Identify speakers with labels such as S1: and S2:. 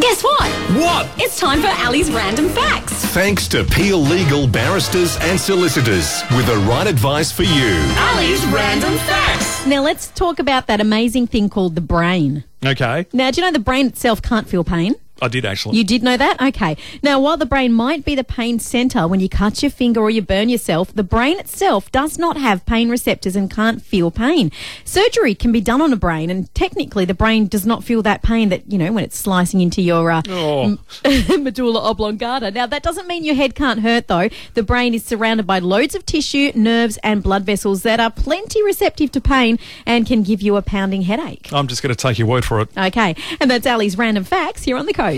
S1: Guess what?
S2: What?
S1: It's time for Ali's random facts.
S2: Thanks to Peel Legal barristers and solicitors with the right advice for you.
S1: Ali's random facts.
S3: Now let's talk about that amazing thing called the brain.
S4: Okay.
S3: Now, do you know the brain itself can't feel pain?
S4: I did actually.
S3: You did know that? Okay. Now, while the brain might be the pain center when you cut your finger or you burn yourself, the brain itself does not have pain receptors and can't feel pain. Surgery can be done on a brain, and technically, the brain does not feel that pain that, you know, when it's slicing into your uh,
S4: oh,
S3: medulla oblongata. Now, that doesn't mean your head can't hurt, though. The brain is surrounded by loads of tissue, nerves, and blood vessels that are plenty receptive to pain and can give you a pounding headache.
S2: Oh.
S4: I'm just going to take your word for it.
S3: Okay, and that's Ali's random facts here on the coast.